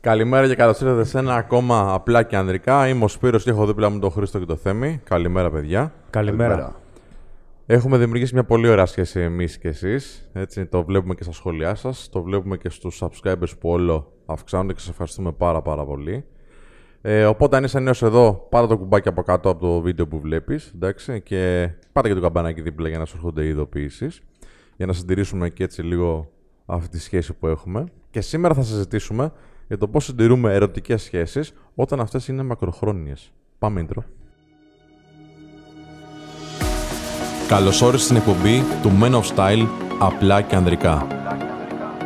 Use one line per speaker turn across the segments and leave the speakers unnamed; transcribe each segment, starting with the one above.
Καλημέρα και καλώς ήρθατε σε ένα ακόμα απλά και ανδρικά. Είμαι ο Σπύρος και έχω δίπλα μου τον Χρήστο και το Θέμη. Καλημέρα, παιδιά.
Καλημέρα.
Έχουμε δημιουργήσει μια πολύ ωραία σχέση εμείς και εσείς. Έτσι, το βλέπουμε και στα σχόλιά σας, το βλέπουμε και στους subscribers που όλο αυξάνονται και σας ευχαριστούμε πάρα πάρα πολύ. Ε, οπότε, αν είσαι νέος εδώ, πάρε το κουμπάκι από κάτω από το βίντεο που βλέπεις. Και πάτε και το καμπανάκι δίπλα για να σου έρχονται οι ειδοποιήσεις. Για να συντηρήσουμε και έτσι λίγο αυτή τη σχέση που έχουμε. Και σήμερα θα συζητήσουμε για το πώς συντηρούμε ερωτικές σχέσεις όταν αυτές είναι μακροχρόνιες. Πάμε intro. Καλώς όρισες στην εκπομπή του Men of Style απλά και ανδρικά.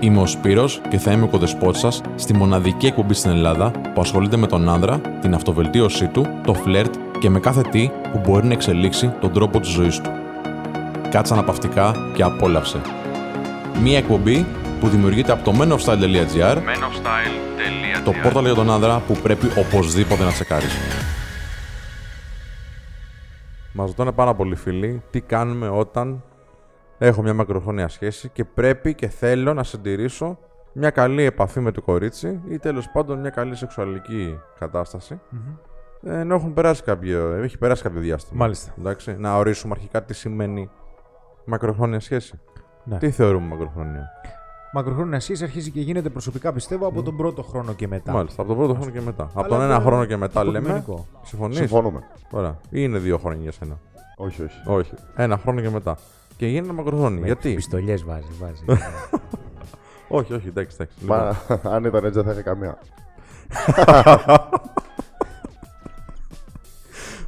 Είμαι ο Σπύρος και θα είμαι ο κοδεσπότης σας στη μοναδική εκπομπή στην Ελλάδα που ασχολείται με τον άνδρα, την αυτοβελτίωσή του, το φλερτ και με κάθε τι που μπορεί να εξελίξει τον τρόπο της ζωής του. Κάτσε αναπαυτικά και απόλαυσε. Μία εκπομπή που δημιουργείται από το menofstyle.gr, το πόρταλ για τον άνδρα που πρέπει οπωσδήποτε να τσεκάρεις. Μας ρωτάνε πάρα πολλοί φίλοι τι κάνουμε όταν έχω μια μακροχρόνια σχέση και πρέπει και θέλω να συντηρήσω μια καλή επαφή με το κορίτσι ή τέλος πάντων μια καλή σεξουαλική κατάσταση, ε, Ενώ έχουν περάσει κάποιο, έχει περάσει κάποιο διάστημα.
Μάλιστα.
Εντάξει, να ορίσουμε αρχικά τι σημαίνει μακροχρόνια σχέση.
Ναι.
Τι θεωρούμε μακροχρόνια.
Μακροχρόνια σχέση αρχίζει και γίνεται προσωπικά πιστεύω από τον πρώτο χρόνο και μετά.
Ναι. Μάλιστα, από τον πρώτο χρόνο και μετά. από
Αλλά
τον ένα
αυτό
χρόνο και μετά λέμε.
υποκειμενικό.
Συμφωνείς.
Συμφωνούμε.
Ωραία. Ή είναι δύο χρόνια για σένα.
Όχι, όχι.
Όχι. Ένα χρόνο και μετά. Και γίνεται
Ναι,
μακροχρόνια. Γιατί. Ναι.
Πιστολιέ βάζει, βάζει.
Όχι, όχι, εντάξει, εντάξει. Λοιπόν.
Μα αν ήταν έτσι δεν θα είχα καμία.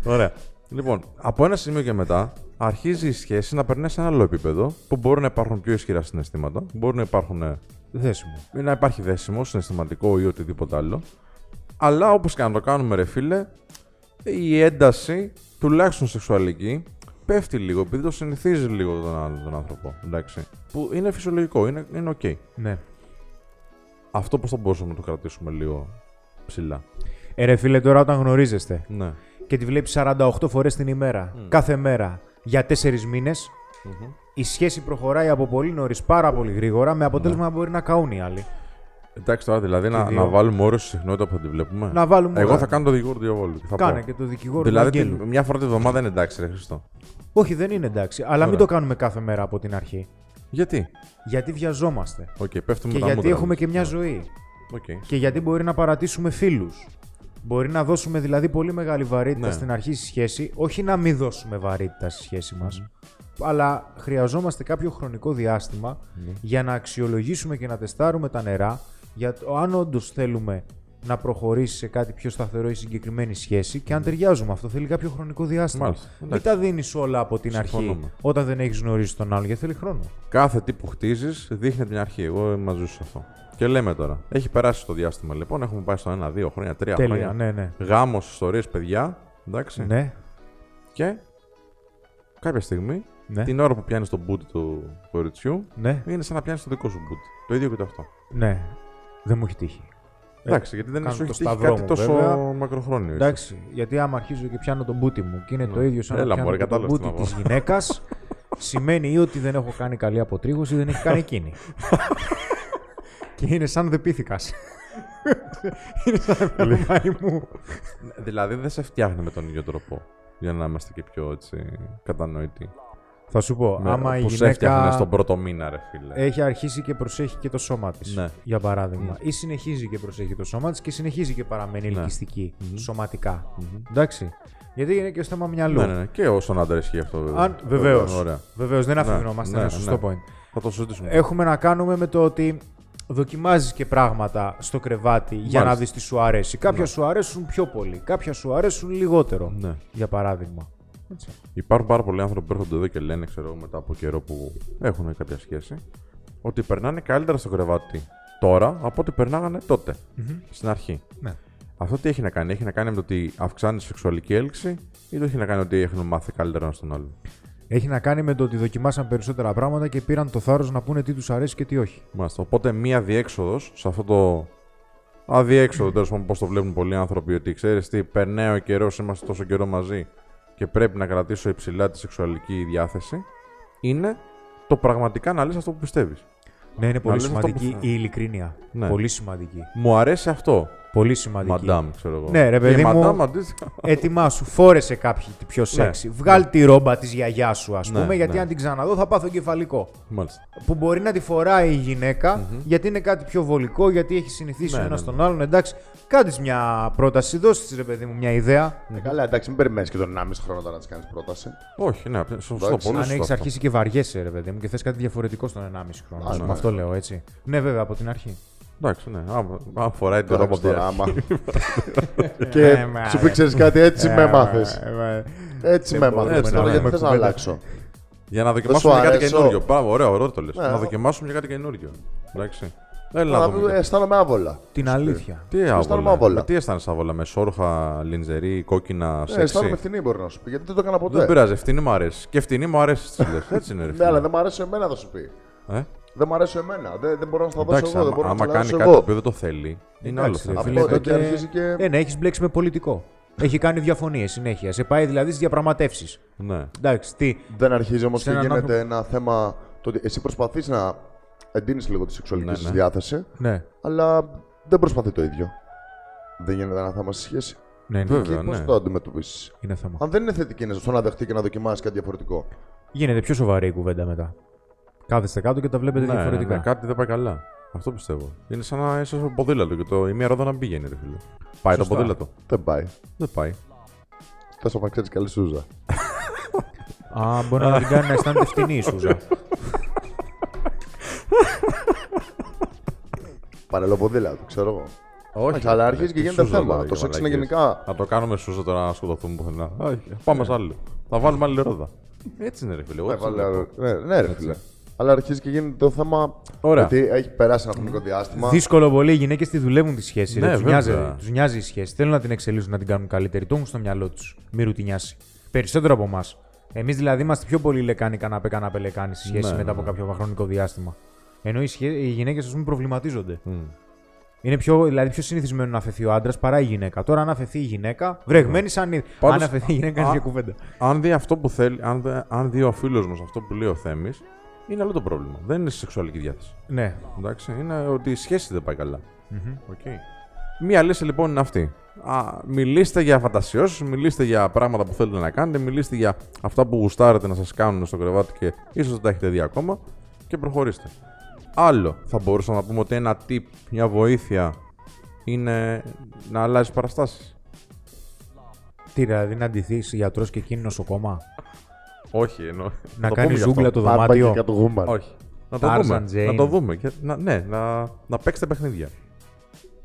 Ωραία. Λοιπόν, από ένα σημείο και μετά αρχίζει η σχέση να περνάει σε ένα άλλο επίπεδο που μπορεί να υπάρχουν πιο ισχυρά συναισθήματα, μπορεί να, υπάρχουν, ε,
Δέσιμο.
να υπάρχει δέσιμο, συναισθηματικό ή οτιδήποτε άλλο. Αλλά όπως και να το κάνουμε, ρε φίλε, η ένταση, τουλάχιστον σεξουαλική, πέφτει λίγο επειδή το συνηθίζει λίγο τον, άλλον, τον άνθρωπο. Εντάξει. Που είναι φυσιολογικό, είναι, είναι οκ.
Ναι.
Αυτό πώς θα μπορούσαμε να το κρατήσουμε λίγο ψηλά.
Ε, ρε φίλε, τώρα όταν γνωρίζεστε
Ναι.
και τη βλέπεις 48 φορές την ημέρα, κάθε μέρα, για 4 μήνε, η σχέση προχωράει από πολύ νωρίς, πάρα πολύ γρήγορα, με αποτέλεσμα
Ναι.
να μπορεί να καούν οι άλλοι.
Εντάξει τώρα, δηλαδή να,
δύο.
να βάλουμε όριο στη συχνότητα που θα τη βλέπουμε.
Να βάλουμε
Εγώ
όριο.
θα κάνω το δικηγόρο του διαβόλου. και Θα
Κάνε
πω.
και το δικηγόρο
Δηλαδή
του αγγέλου.
τη- μια φορά τη βδομάδα είναι εντάξει, ρε Χριστό.
Όχι, δεν είναι εντάξει, αλλά μην το κάνουμε κάθε μέρα από την αρχή.
Γιατί.
Γιατί βιαζόμαστε.
Οκ, πέφτουμε
Και
τα
γιατί
μούτρα
έχουμε
μας.
και μια ζωή.
Οκ.
Και γιατί μπορεί να παρατήσουμε φίλους. Μπορεί να δώσουμε δηλαδή πολύ μεγάλη βαρύτητα
Ναι.
στην αρχή στη σχέση, όχι να μην δώσουμε βαρύτητα στη σχέση μας,
Mm-hmm.
αλλά χρειαζόμαστε κάποιο χρονικό διάστημα για να αξιολογήσουμε και να τεστάρουμε τα νερά για το αν όντως θέλουμε να προχωρήσει σε κάτι πιο σταθερό ή συγκεκριμένη σχέση και αν ταιριάζουμε. Αυτό θέλει κάποιο χρονικό διάστημα.
Mm-hmm. Μάλιστα.
Μην
Εντάξει.
τα δίνεις όλα από την αρχή
Συμφωνούμε.
όταν δεν έχεις γνωρίσει τον άλλον, γιατί θέλει χρόνο.
Κάθε τι που χτίζεις δείχνει την αρχή. Εγώ μαζί σου σε αυτό. Και λέμε τώρα. Έχει περάσει το διάστημα λοιπόν. Έχουμε πάει στο 1, 2 χρόνια, 3
Τέλεια,
χρόνια.
ναι, ναι.
Γάμος, ιστορίες, παιδιά. Εντάξει.
Ναι,
Και κάποια στιγμή,
Ναι.
την ώρα που πιάνεις τον μπούτι του κοριτσιού,
ναι,
είναι σαν να πιάνεις το δικό σου μπούτι. Το ίδιο και το αυτό.
ναι. Δεν μου έχει τύχει.
Εντάξει, γιατί δεν
κάνω
σου
Ε, το
έχει τύχει
σταυρό
κάτι
μου,
τόσο
βέβαια.
μακροχρόνιο. ίσως.
Εντάξει, γιατί άμα αρχίζω και πιάνω τον μπούτι μου και είναι το ίδιο σαν
Έλα,
να πιάνω
μωρέ,
και τον
κατάλαβες τι
μπούτι
να
της
πω.
γυναίκας, σημαίνει ή ότι δεν έχω κάνει καλή αποτρίγωση ή δεν έχει κάνει εκείνη. και είναι σαν δεπίθηκας. είναι σαν να πιάνω μάι μου.
Δηλαδή δεν σε φτιάχνει με τον ίδιο τρόπο. Για να είμαστε και πιο έτσι κατανοητοί.
Θα σου πω,
Με-
άμα η
που σε έφτιαχνε
γυναίκα Ε,
στον πρώτο μήνα, ρε φίλε.
έχει αρχίσει και προσέχει και το σώμα της,
Ναι. Ναι.
για παράδειγμα, ή συνεχίζει και προσέχει το σώμα της και συνεχίζει και παραμένει ελκυστική σωματικά. Εντάξει, γιατί είναι και ως θέμα μυαλού.
ναι, ναι, ναι. Και όσον άντρα ισχύει αυτό, βέβαια.
Αν, βεβαίως,
Ωραία.
βεβαίως, δεν αφηγνόμαστε,
ναι,
είναι σωστό
ναι.
point.
Θα το συζητήσουμε.
έχουμε να κάνουμε με το ότι δοκιμάζεις και πράγματα στο κρεβάτι για να
Μάλιστα.
δεις τι σου αρέσει. Κάποια σου αρέσουν πιο πολύ, κάποια σου αρέσουν λιγότερο,
Ναι.
για παράδειγμα. Έτσι.
Υπάρχουν πάρα πολλοί άνθρωποι που έρχονται εδώ και λένε, ξέρω εγώ, μετά από καιρό που έχουν κάποια σχέση, ότι περνάνε καλύτερα στο κρεβάτι τώρα από ό,τι περνάγανε τότε, στην αρχή.
Ναι.
Αυτό τι έχει να κάνει, έχει να κάνει με το ότι αυξάνει τη σεξουαλική έλξη ή το έχει να κάνει ότι έχουν μάθει καλύτερα ένα τον άλλον.
Έχει να κάνει με το ότι δοκιμάσαν περισσότερα πράγματα και πήραν το θάρρος να πούνε τι τους αρέσει και τι όχι.
Μάλιστα. Οπότε μία διέξοδος σε αυτό το αδιέξοδο τέλος πάντων, πώς το βλέπουν πολλοί άνθρωποι, ότι ξέρεις τι, περνάει ο καιρός, είμαστε τόσο καιρό μαζί και πρέπει να κρατήσω υψηλά τη σεξουαλική διάθεση, είναι το πραγματικά να λες αυτό που πιστεύεις.
Ναι, είναι πολύ
λες αυτό που
σημαντική
θα-
η ειλικρίνεια.
Ναι.
Πολύ σημαντική.
Μου αρέσει αυτό.
Πολύ σημαντική.
Μαντάμ, ξέρω εγώ.
Ναι, ρε, παιδί
Και
μου.
Μαντάμ, αντίστοιχα.
Έτοιμά σου, φόρεσε κάποιοι πιο σεξι. Βγάλ τη ρόμπα της γιαγιάς σου, ας
Ναι,
πούμε, γιατί
ναι.
αν την ξαναδώ θα πάθω κεφαλικό.
Μάλιστα.
Που μπορεί να τη φοράει η γυναικα γιατί είναι κάτι πιο βολικό, γιατί έχει συνηθίσει ο
Ναι,
ένας
ναι,
τον άλλον. Εντάξει, κάντε μια πρόταση, δώσε της ρε παιδί μου μια ιδέα.
Ε, καλά, εντάξει, μην περιμένεις και τον 1,5 χρόνο τώρα να της κάνεις πρόταση.
Όχι, ναι, σωστό.
Εντάξει,
Πολύ
αν
σωστό.
έχεις
αυτό.
αρχίσει και βαριέσαι, ρε παιδί μου, και θες κάτι διαφορετικό στον 1,5 χρόνο.
Α,
ας πούμε,
ναι.
Αυτό λέω έτσι. Ναι, βέβαια, από την αρχή.
Εντάξει, ναι. άμα- Αν φοράει την
Τώρα
ρόμπα
που
από τη
το
αρχή.
άμα.
Ε,
Και
μα,
σου
ρε.
πει, ξέρεις κάτι, έτσι με
Ε,
έμαθες.
ε, ε, ε.
Έτσι
Δεν
με
μπορούμε
έμαθε.
να
Τώρα γιατί
λέμε
θες να
κουβέντα.
αλλάξω.
Για να δοκιμάσουμε
σου
κάτι
αρέσω.
καινούριο. Πάμε, ωραίο, ωραίο το λες.
Ναι,
Να
εδώ.
δοκιμάσουμε για κάτι καινούριο. Εντάξει. Έλα να
Να ε,
δούμε.
αισθάνομαι άβολα.
Την αλήθεια.
Τι
αισθάνομαι
άβολα.
άβολα.
Με Τι αισθάνεσαι άβολα, με σόρουχα, λιντζερί, κόκκινα,
Ε, αισθάνομαι
σεξι.
ευθυνή μπορεί να σου πει, γιατί δεν το έκανα
Δεν
ποτέ.
πειράζει, ευθυνή μου αρέσει. Και ευθυνή μου αρέσει τις λε. Έτσι είναι. ρε
Ναι,
φίλε.
αλλά δεν μου αρέσει εμένα, θα σου πει.
Ε,
Δεν μου αρέσει εμένα. Δεν, δεν μπορώ να στα δώσω
Εντάξει,
εγώ. Δεν
άμα,
μπορώ να
άμα
στα
κάνει
αλλάξω
κάτι το
εγώ.
οποίο δεν το θέλει, είναι άλλο
Εντάξει, ρε
θέμα. Φίλε,
φίλε,
φίλε. Από εδώ
τότε-
και αρχίζει και-
Ε, ναι, έχεις μπλέξει με πολιτικό. Έχει κάνει διαφωνίες συνέχεια. Σε πάει δηλαδή στις διαπραγματεύσεις.
Ναι.
Εντάξει, τι.
Δεν αρχίζει όμως
Σε
και
έναν
γίνεται
άνθρωπο-
ένα θέμα το ότι εσύ προσπαθείς να εντείνεις λίγο τη σεξουαλική
Ναι,
σου
ναι.
διάθεση,
Ναι,
αλλά δεν προσπαθεί το ίδιο. Δεν γίνεται ένα θέμα στη σχέση.
ναι, ναι.
Βέβαια,
και πώς
ναι.
το αντιμετωπίσει.
Είναι θέμα.
Αν δεν είναι θετική, είναι στο να δεχτεί και να δοκιμάσει κάτι διαφορετικό.
Γίνεται πιο σοβαρή η κουβέντα μετά. Κάθεστε κάτω και τα βλέπετε
Ναι,
διαφορετικά.
ναι, κάτι δεν πάει καλά. Αυτό πιστεύω. Είναι σαν να είσαι στο ποδήλατο και το, η μία ρόδα να πηγαίνει, ρε φίλε. Πάει το
Σωστά.
ποδήλατο.
Δεν πάει.
Δεν πάει.
Θες να ξέρει καλή σούζα.
Α, μπορεί να την κάνει να αισθάνεται φτηνή η Σούζα.
Παρελοποδήλατο, ξέρω εγώ.
Όχι.
αλλά
ρε,
αρχίζει
τι
και γίνεται
σούζα
θέμα.
τώρα,
Το
για
σεξ είναι
μαλακίες. Ναι.
γενικά-
Να το κάνουμε σούζα τώρα να σκοτωθούμε πουθενά. Όχι, Πάμε σε άλλο. Θα βάλουμε άλλη ρόδα. Έτσι είναι, ρε φίλε. εγώ
Ναι,
έτσι το
βάλε
βλέπω.
άλλο. Ναι, ναι, ρε φίλε. Αλλά αρχίζει και γίνεται το θέμα
Ωραία.
ότι έχει περάσει ένα χρονικό διάστημα.
Δύσκολο πολύ. Οι γυναίκες τη δουλεύουν τη σχέση.
Ναι,
Ναι, τους
βέβαια.
νοιάζει, τους νοιάζει η σχέση. Θέλουν να την εξελίσσουν, να την κάνουν καλύτερη. Το έχουν στο μυαλό τους. Μη ρουτινιάσει. Περισσότερο από εμάς. Εμείς δηλαδή είμαστε πιο πολύ λεκάνη, καναπέ, καναπέ, λεκάνη στη σχέση
Ναι,
μετά από
ναι.
κάποιο χρονικό διάστημα. Ενώ οι, σχέ... οι γυναίκες, ας πούμε, προβληματίζονται. Είναι πιο, δηλαδή πιο συνηθισμένο να αφαιθεί ο άντρας παρά η γυναίκα. Τώρα, αν αφαιθεί η γυναίκα, βρεγμένη σαν είδη.
Πάντως-
Αν αφαιθεί η γυναίκα, είναι
Α-
για κουβέντα.
Αν δει αυτό που θέλει, αν, δε- αν δει ο φίλος μας αυτό που λέει ο Θέμης, είναι άλλο το πρόβλημα. Δεν είναι στη σεξουαλική διάθεση.
Ναι.
Εντάξει, είναι ότι η σχέση δεν πάει καλά. Οκ. Μία λύση λοιπόν είναι αυτή. Α, μιλήστε για φαντασιώσεις, μιλήστε για πράγματα που θέλετε να κάνετε, μιλήστε για αυτά που γουστάρετε να σας κάνουν στο κρεβάτι και ίσως δεν τα έχετε δει ακόμα και προχωρήστε. Άλλο, θα μπορούσαμε να πούμε ότι ένα tip, μια βοήθεια είναι να αλλάζεις παραστάσεις.
Τι δηλαδή να ντυθείς γιατρός και εκείνη νοσοκόμα.
Όχι, εννοώ.
Να
το
κάνει
πούμε γι' αυτό.
ζούγκλα το
Πάμε
δωμάτιο.
και κατ' γούμαν.
Όχι. Να το
Tarzan
δούμε.
Jane.
Να το δούμε. Και, να, ναι, να, να παίξετε παιχνίδια.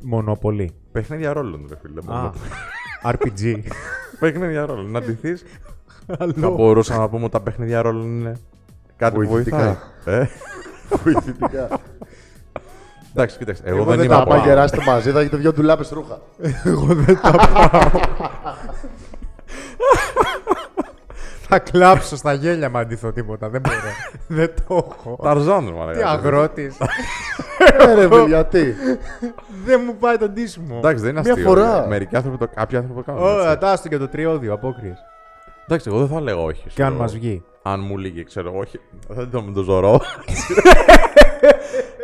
Μονοπολί.
Παιχνίδια ρόλων, ρε φίλε. μόνο.
Α, RPG.
Παιχνίδια ρόλων. Να ντυθείς Θα μπορούσαμε να πούμε ότι τα παιχνίδια ρόλων είναι κάτι που βοηθάει.
Βοηθητικά.
Ε,
Βοηθητικά.
εντάξει, κοίταξε. Εγώ,
Εγώ
δεν
δεν
είμαι
τα
από
πάω γεράσετε μαζί, θα έχετε δυο ντουλάπες ρούχα.
Θα κλάψω στα γέλια με αντίθω τίποτα. Δεν μπορώ. Δεν το έχω.
Ταρζάν, ρε μαλάκα.
Τι αγρότης.
Ε, Ρε παιδιά, τι.
Δεν μου πάει το ντύσιμο.
Εντάξει, δεν είναι
Μια
αστείο.
φορά.
ρε. Μερικοί άνθρωποι το, κάποιοι άνθρωποι το κάνουν.
Ωραία,
έτσι.
τάστο και το τριώδιο, απόκριες.
Εντάξει, εγώ δεν θα λέω όχι.
Και αν
ξέρω.
μας βγει.
Αν μου λύγει, ξέρω, όχι. Δεν το με το ζωρό.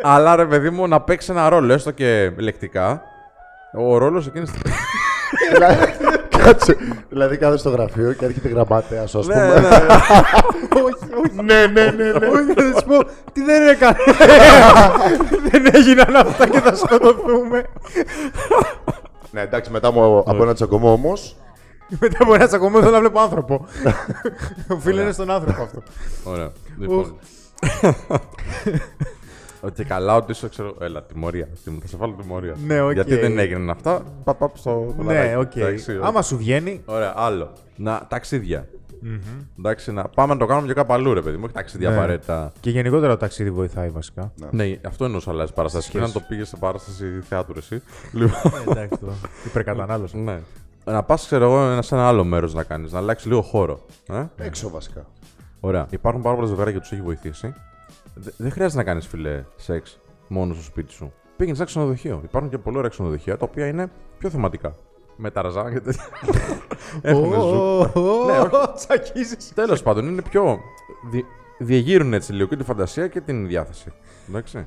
Αλλά ρε παιδί μου, να παίξει ένα ρόλο, έστω και λεκτικά. Ο ρόλος εκείνης.
Δηλαδή, Κάτσε. Δηλαδή κάθεσαι στο γραφείο και έρχεται γραμματέα, α πούμε.
Όχι, όχι.
Ναι, ναι, ναι. ναι.
Όχι, θα σου πω, τι δεν έκανε. δεν έγιναν αυτά και θα σκοτωθούμε.
Ναι, εντάξει, μετά μου- από ένα τσακωμό όμως.
Μετά από ένα τσακωμό θέλω να βλέπω άνθρωπο. Οφείλεται στον άνθρωπο αυτό.
Ωραία. Λοιπόν. Ότι καλά, ότι είσαι, ξέρω. Έλα, τιμωρία. Τι- Θα σε βάλω τιμωρία.
Ναι, οκ.
Γιατί δεν έγιναν αυτά. Πα, πα, στο κολαράκι.
Ναι, οκ.
Εντάξει, ωραία.
Άμα σου βγαίνει,
Ωραία, άλλο. Να, ταξίδια. Εντάξει, να πάμε να το κάνουμε και κάπου αλλού, ρε παιδί μου. Όχι ταξίδια
Ναι.
απαραίτητα.
Και γενικότερα το ταξίδι βοηθάει βασικά.
Ναι, αυτό εννοούσα αλλάζει παράσταση. Και να το πήγες σε παράσταση θεάτρου, εσύ. Λοιπόν.
Εντάξει τώρα. Υπερκατανάλωση.
ναι. Να πας, ξέρω εγώ, σε ένα άλλο μέρος να κάνεις, να αλλάξεις λίγο χώρο. Ε?
Έξω βασικά.
Ωραία. Υπάρχουν πάρα πολλά ζευγάρια και τους έχει βοηθήσει. Δε- δεν χρειάζεται να κάνεις φιλέ σεξ μόνο στο σπίτι σου. Πήγαινε σε ένα ξενοδοχείο. Υπάρχουν και πολλά ωραία ξενοδοχεία τα οποία είναι πιο θεματικά. Με ταραζάν και τέτοια. Έχουν ζου.
Ναι, Ω, ω, ω, Τσακίζεις.
Τέλος πάντων, είναι πιο. δι- διεγείρουν έτσι λίγο και τη φαντασία και την διάθεση. Εντάξει.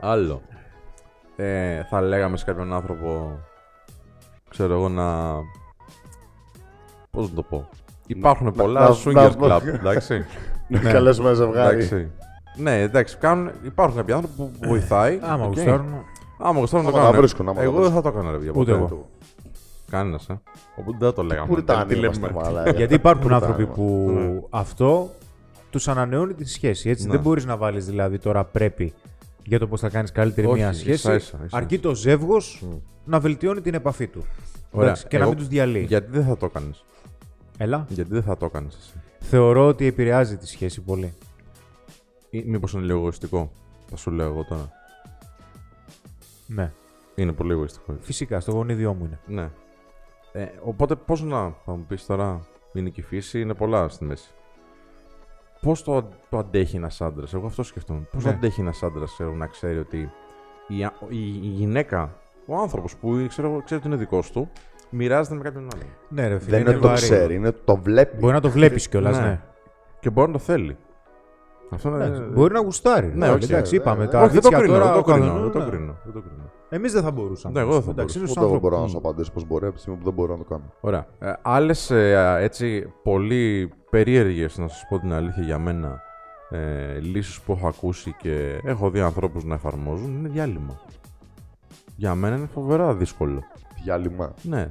Άλλο. Ε, θα λέγαμε σε κάποιον άνθρωπο, ξέρω εγώ, να... Πώς να το πω. Υπάρχουν πολλά
να-
swingers
να-
club, εντάξει.
Να
Ναι.
καλέσουμε ένα ζευγάρι.
εντάξει. Ναι, εντάξει, κάνουν, υπάρχουν κάποιοι άνθρωποι που βοηθάει.
Άμα
οκ.
γουστάρουν.
Άμα γουστάρουν να το
Άμα τα
κάνουν.
βρίσκουν, άμα τα
Εγώ δεν θα
βρίσκουν.
το έκανα, ρε παιδιά.
Ούτε
ποτέ.
εγώ.
Κανένας, ε. Οπότε δεν θα το λέγαμε.
Πουριτάνοι
Τι λέμε.
είμαστε, μαλάκα.
Γιατί υπάρχουν
Πουριτάνοι
άνθρωποι
είμαστε.
που αυτό τους ανανεώνει τη σχέση. Έτσι.
Ναι.
Δεν μπορείς να βάλεις δηλαδή τώρα πρέπει για το πώς θα κάνεις καλύτερη
Όχι,
μια
ίσα-
σχέση.
ίσα- ίσα- ίσα.
αρκεί το ζεύγος να βελτιώνει την επαφή του.
Ωραία.
Εντάξει, και να
Εγώ-
μην τους διαλύει.
Γιατί δεν θα το έκανες.
Έλα.
Γιατί δεν θα το έκανες εσύ.
Θεωρώ ότι επηρεάζει τη σχέση πολύ.
Ή μήπως είναι λίγο εγωιστικό. Θα σου λέω εγώ τώρα.
Ναι.
Είναι πολύ εγωιστικό.
Φυσικά, στο γονίδιό μου είναι.
Ναι. Ε, οπότε πώ να. Θα μου πεις τώρα. Είναι και η φύση, είναι πολλά στη μέση. Πώς το, το αντέχει ένας άντρας, εγώ αυτό σκεφτόμουν. Πώς
Ναι.
το αντέχει ένας άντρας να ξέρει ότι η, α- η, η γυναίκα, ο άνθρωπος που ξέρω, εγώ, ξέρει ότι είναι δικός του, μοιράζεται με κάποιον άλλον.
Ναι, ρε φίλε.
Δεν είναι το
βαρύ.
ξέρει, είναι το βλέπει.
Μπορεί να το βλέπεις κιόλας, ναι.
Και μπορεί να το θέλει. Αυτό είναι.
Εντάξει, Μπορεί να γουστάρει.
Ε, Ναι,
εντάξει,
όχι,
εντάξει,
ναι,
είπαμε.
ναι.
τα
Όχι, δεν το
αγγίτσια
κρίνω.
τώρα
Δεν το
ο καθένας-
κρίνω. Δεν το
ναι.
κρίνω. δεν το κρίνω.
Εμείς δεν θα μπορούσαμε.
Ναι, εγώ δεν θα
Εντάξει, είναι
Ούτε
στους
εγώ
άνθρωπους.
μπορώ να σου απαντήσω πώς μπορεί από τη στιγμή που δεν μπορώ να το κάνω.
Ωραία. Ε, Άλλες έτσι πολύ περίεργες, να σας πω την αλήθεια για μένα, ε, λύσεις που έχω ακούσει και έχω δει ανθρώπους να εφαρμόζουν είναι διάλειμμα. Για μένα είναι φοβερά δύσκολο.
Διάλειμμα.
Ναι.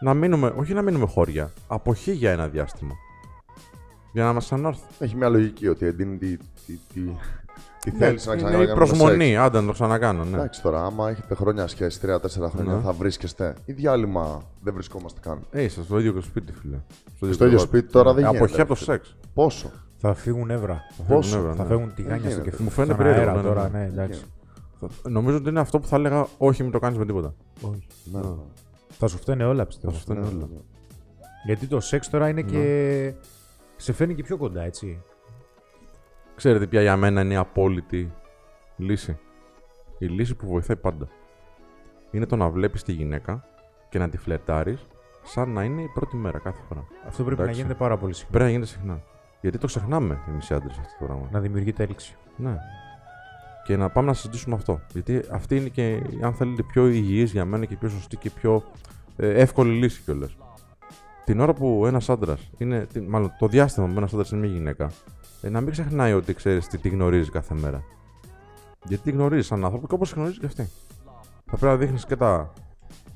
Να μείνουμε, όχι να μείνουμε χώρια, αποχή για ένα διάστημα. Για να μας ανάρθει.
Έχει μια λογική ότι εντείνει τι, τι, τι, τι θέλει
Ναι,
να
Είναι
ξανακάνεις.
η προσμονή, άντε να το ξανακάνω. Ναι.
Εντάξει τώρα, άμα έχετε χρόνια σχέση, 3-4 χρόνια θα βρίσκεστε. Ή διάλειμμα δεν βρισκόμαστε καν.
Ε, είσαι στο ίδιο και σπίτι, φίλε.
Στο ίδιο
κρεβάτι.
σπίτι τώρα δεν
Ε,
γίνεται.
Αποχή από το σεξ.
Πόσο.
Θα φύγουν εύρα.
Πόσο.
Ναι,
Θα
ναι.
φεύγουν τηγάνια στο
γίνεται.
κεφάλι.
Μου φαίνεται
στον
περίεργο,
αέρα
ναι, ναι,
τώρα,
ναι.
ναι, εντάξει.
Νομίζω ότι είναι αυτό που θα έλεγα, όχι μην το κάνεις με τίποτα.
Όχι.
Ναι, ναι.
Θα σου φταίνε όλα, πιστεύω.
Αυτό είναι όλο.
Γιατί το σεξ τώρα
Ναι.
είναι και. σε φέρνει και πιο κοντά, έτσι.
Ξέρετε ποια για μένα είναι η απόλυτη λύση. Η λύση που βοηθάει πάντα. Είναι το να βλέπεις τη γυναίκα και να τη φλερτάρεις σαν να είναι η πρώτη μέρα κάθε φορά.
Αυτό πρέπει να
Εντάξει.
γίνεται πάρα πολύ συχνά.
Πρέπει να γίνεται συχνά. Γιατί το ξεχνάμε εμείς οι άντρες αυτό το πράγμα.
Να δημιουργείται έλξη.
Ναι. Και να πάμε να συζητήσουμε αυτό. Γιατί αυτή είναι και, αν θέλετε, πιο υγιής για μένα και πιο σωστή και πιο ε, εύκολη λύση κιόλας. Την ώρα που ένας άντρας είναι. τι- Μάλλον το διάστημα που ένας άντρας είναι μια γυναίκα, ε, να μην ξεχνάει ότι ξέρεις τι, τι γνωρίζει κάθε μέρα. Γιατί τη γνωρίζεις σαν άνθρωπο και όπως γνωρίζεις και αυτή. Θα πρέπει να δείχνεις και τα.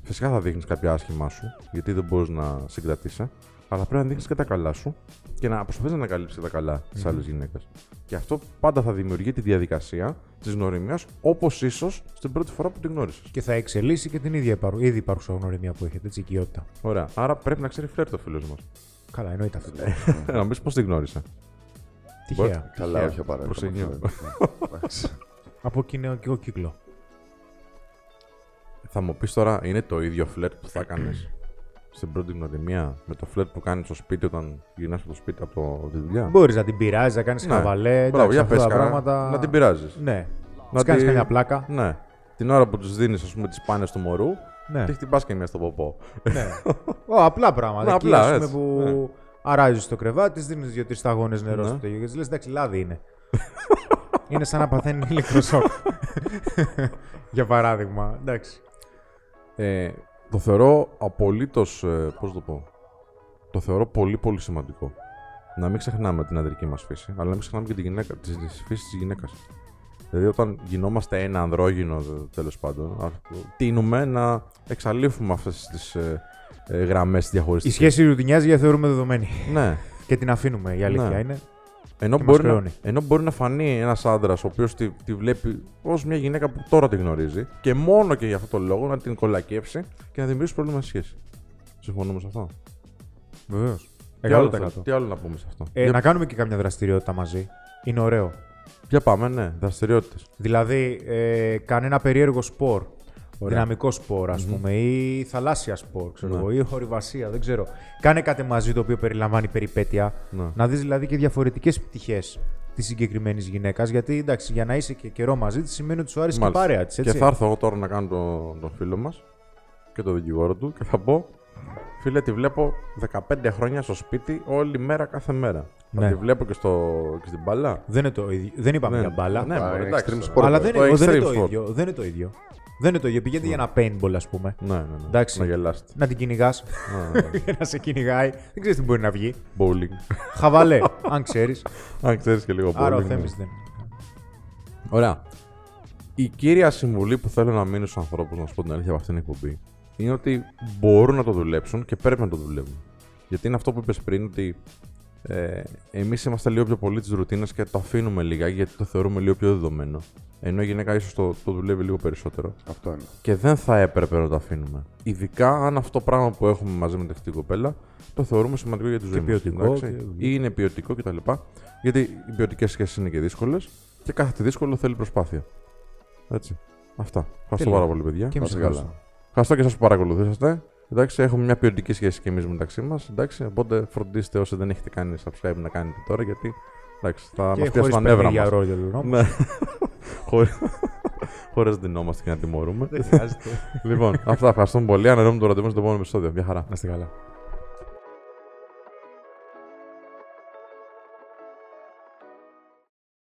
Φυσικά θα δείχνεις κάποια άσχημά σου, γιατί δεν μπορείς να συγκρατήσει. Αλλά πρέπει να δείχνει και τα καλά σου και να προσπαθείς να ανακαλύψει και τα καλά τη άλλη γυναίκα. Και αυτό πάντα θα δημιουργεί τη διαδικασία της γνωριμία όπως ίσως στην πρώτη φορά που την γνώρισες.
Και θα εξελίσσει και την ίδια υπαρου... ήδη υπάρχουσα γνωριμία που έχετε, έτσι, οικειότητα.
Ωραία. Άρα πρέπει να ξέρει φλερτ ο φίλος μας.
Καλά, εννοείται
Ε,
αυτό.
να μπει πώς την γνώρισα.
Τυχαία.
Καλά, όχι απαραίτητα.
Προσεγγίζω.
Ναι, εντάξει.
Από κοινωνικό κύκλο.
Θα μου πεις τώρα, είναι το ίδιο φλερτ που θα έκανες στην πρώτη γνωριμία με το φλερτ που κάνεις στο σπίτι όταν γυρνάς από το σπίτι από, το, από τη δουλειά.
Μπορείς να την πειράζεις, να κάνεις
Ναι.
χαβαλέ.
Μπράβο,
εντάξει,
για
αυτά
πες
τα
κανένα.
πράγματα.
Να την πειράζεις.
Ναι.
Να
Να κάνεις
τη-
καμιά πλάκα.
Ναι. Την ώρα που τους δίνεις, ας πούμε, τις πάνες του μωρού,
Ναι.
τη χτυπάς και μια στο ποπό.
Ναι. Ω, απλά πράγματα.
Ναι,
Εκεί,
απλά,
ας πούμε,
έτσι,
που αράζεις στο κρεβάτι, δίνεις δύο-τρει σταγόνες νερό
Ναι.
στο τελειό και της λες: Εντάξει, λάδι είναι. είναι σαν να παθαίνει ηλεκτροσόκ. Για παράδειγμα. Εντάξει.
Ε, το θεωρώ απολύτως. Ε, Πώς το πω. Το θεωρώ πολύ πολύ σημαντικό. Να μην ξεχνάμε την αντρική μας φύση, αλλά να μην ξεχνάμε και τη γυναίκα, τη φύση της γυναίκας. Δηλαδή, όταν γινόμαστε ένα ανδρόγυνο, τέλος πάντων, α, τίνουμε να εξαλείφουμε αυτές τις ε, ε, γραμμές
Η
διαχωριστικέ.
σχέση ρουτινιάζει για θεωρούμε δεδομένη.
Ναι.
και την αφήνουμε, η αλήθεια
Ναι.
είναι.
Ενώ
Και μας
μπορεί, να,
χρεώνει.
ενώ μπορεί να φανεί ένας άντρας ο οποίος τη, τη βλέπει ως μια γυναίκα που τώρα τη γνωρίζει και μόνο και για αυτόν τον λόγο να την κολακέψει και να δημιουργήσει πρόβλημα στη σχέση. Συμφωνούμε σε αυτό.
Βεβαίως.
Τι άλλο, θα- τι άλλο να πούμε σε αυτό.
Ε,
για,
Να κάνουμε και κάμια δραστηριότητα μαζί. Είναι ωραίο.
για πάμε, ναι, δραστηριότητες.
Δηλαδή, ε, κανένα περίεργο σπορ.
Ωραία.
Δυναμικό σπορ, ας πούμε, ή θαλάσσια σπορ, ξέρω
Ναι.
εγώ, ή χορυβασία, δεν ξέρω. Κάνε κάτι μαζί το οποίο περιλαμβάνει περιπέτεια.
Ναι.
Να δεις δηλαδή και διαφορετικές πτυχές της συγκεκριμένης γυναίκας. Γιατί εντάξει, για να είσαι και καιρό μαζί της σημαίνει ότι σου άρεσε και η παρέα της.
και θα έρθω εγώ τώρα να κάνω τον, τον φίλο μας και τον δικηγόρο του και θα πω Φίλε, τη βλέπω 15 χρόνια στο σπίτι, όλη μέρα, κάθε μέρα.
Ναι.
Θα τη βλέπω και, στο, και στην μπαλά.
Δεν, είναι το ίδιο. δεν είπαμε
Ναι.
για μπάλα.
Ναι,
Α,
μωρέ,
είναι
εντάξει,
extreme
τώρα.
sport.
αλλά δεν,
Το
ο- δεν είναι
extreme
το
sport.
ίδιο. Δεν είναι το ίδιο. Δεν είναι το ίδιο. Πηγαίνετε για ένα paintball, ας πούμε.
Ναι, ναι, ναι.
Εντάξει.
Να γελάσετε.
Να την κυνηγάς.
Ναι, ναι, ναι.
να σε κυνηγάει. Δεν ξέρεις τι μπορεί να βγει.
Bowling.
Χαβαλέ, αν ξέρεις.
Αν ξέρεις και λίγο bowling.
Άρα ο
ναι.
Θέμης δεν.
Ωραία. Η κύρια συμβουλή που θέλω να μείνω στους ανθρώπους, να σου πω την αλήθεια από αυτήν την εκπομπή, είναι ότι μπορούν να το δουλέψουν και πρέπει να το δουλεύουν. Γιατί είναι αυτό που είπες πριν, ότι ε, εμείς είμαστε λίγο πιο πολύ της ρουτίνας και το αφήνουμε λίγα γιατί το θεωρούμε λίγο πιο δεδομένο. Ενώ η γυναίκα ίσως το, το δουλεύει λίγο περισσότερο.
Αυτό είναι.
Και δεν θα έπρεπε να το αφήνουμε. Ειδικά αν αυτό πράγμα που έχουμε μαζί με την αυτή κοπέλα το θεωρούμε σημαντικό για τη ζωή μας,
ποιοτικό
εντάξει.
και-
Ή είναι ποιοτικό κτλ. Γιατί οι ποιοτικές σχέσεις είναι και δύσκολες και κάθε τι δύσκολο θέλει προσπάθεια. Έτσι. Αυτά. Ευχαριστώ
Τέλεια.
πάρα πολύ, παιδιά.
Και εμείς
Να είστε καλά.
ευχαριστούμε.
Ευχαριστώ και σας που παρακολουθήσατε. Εντάξει, έχουμε μια ποιοτική σχέση και εμείς μεταξύ μας. Εντάξει, οπότε φροντίστε όσοι δεν έχετε κάνει subscribe να κάνετε τώρα γιατί εντάξει, θα μα
Και
πιάσουν
χωρίς
τα νεύρα
παιχνίδια
μας.
ρόλιο, λοιπόν.
Ναι. Χωρίς να δινόμαστε και να τιμωρούμε.
Δεν χρειάζεται.
λοιπόν, αυτά. Ευχαριστούμε πολύ. Αναμένουμε το ραντεβού στο επόμενο επεισόδιο. Μια χαρά.
Να είστε καλά.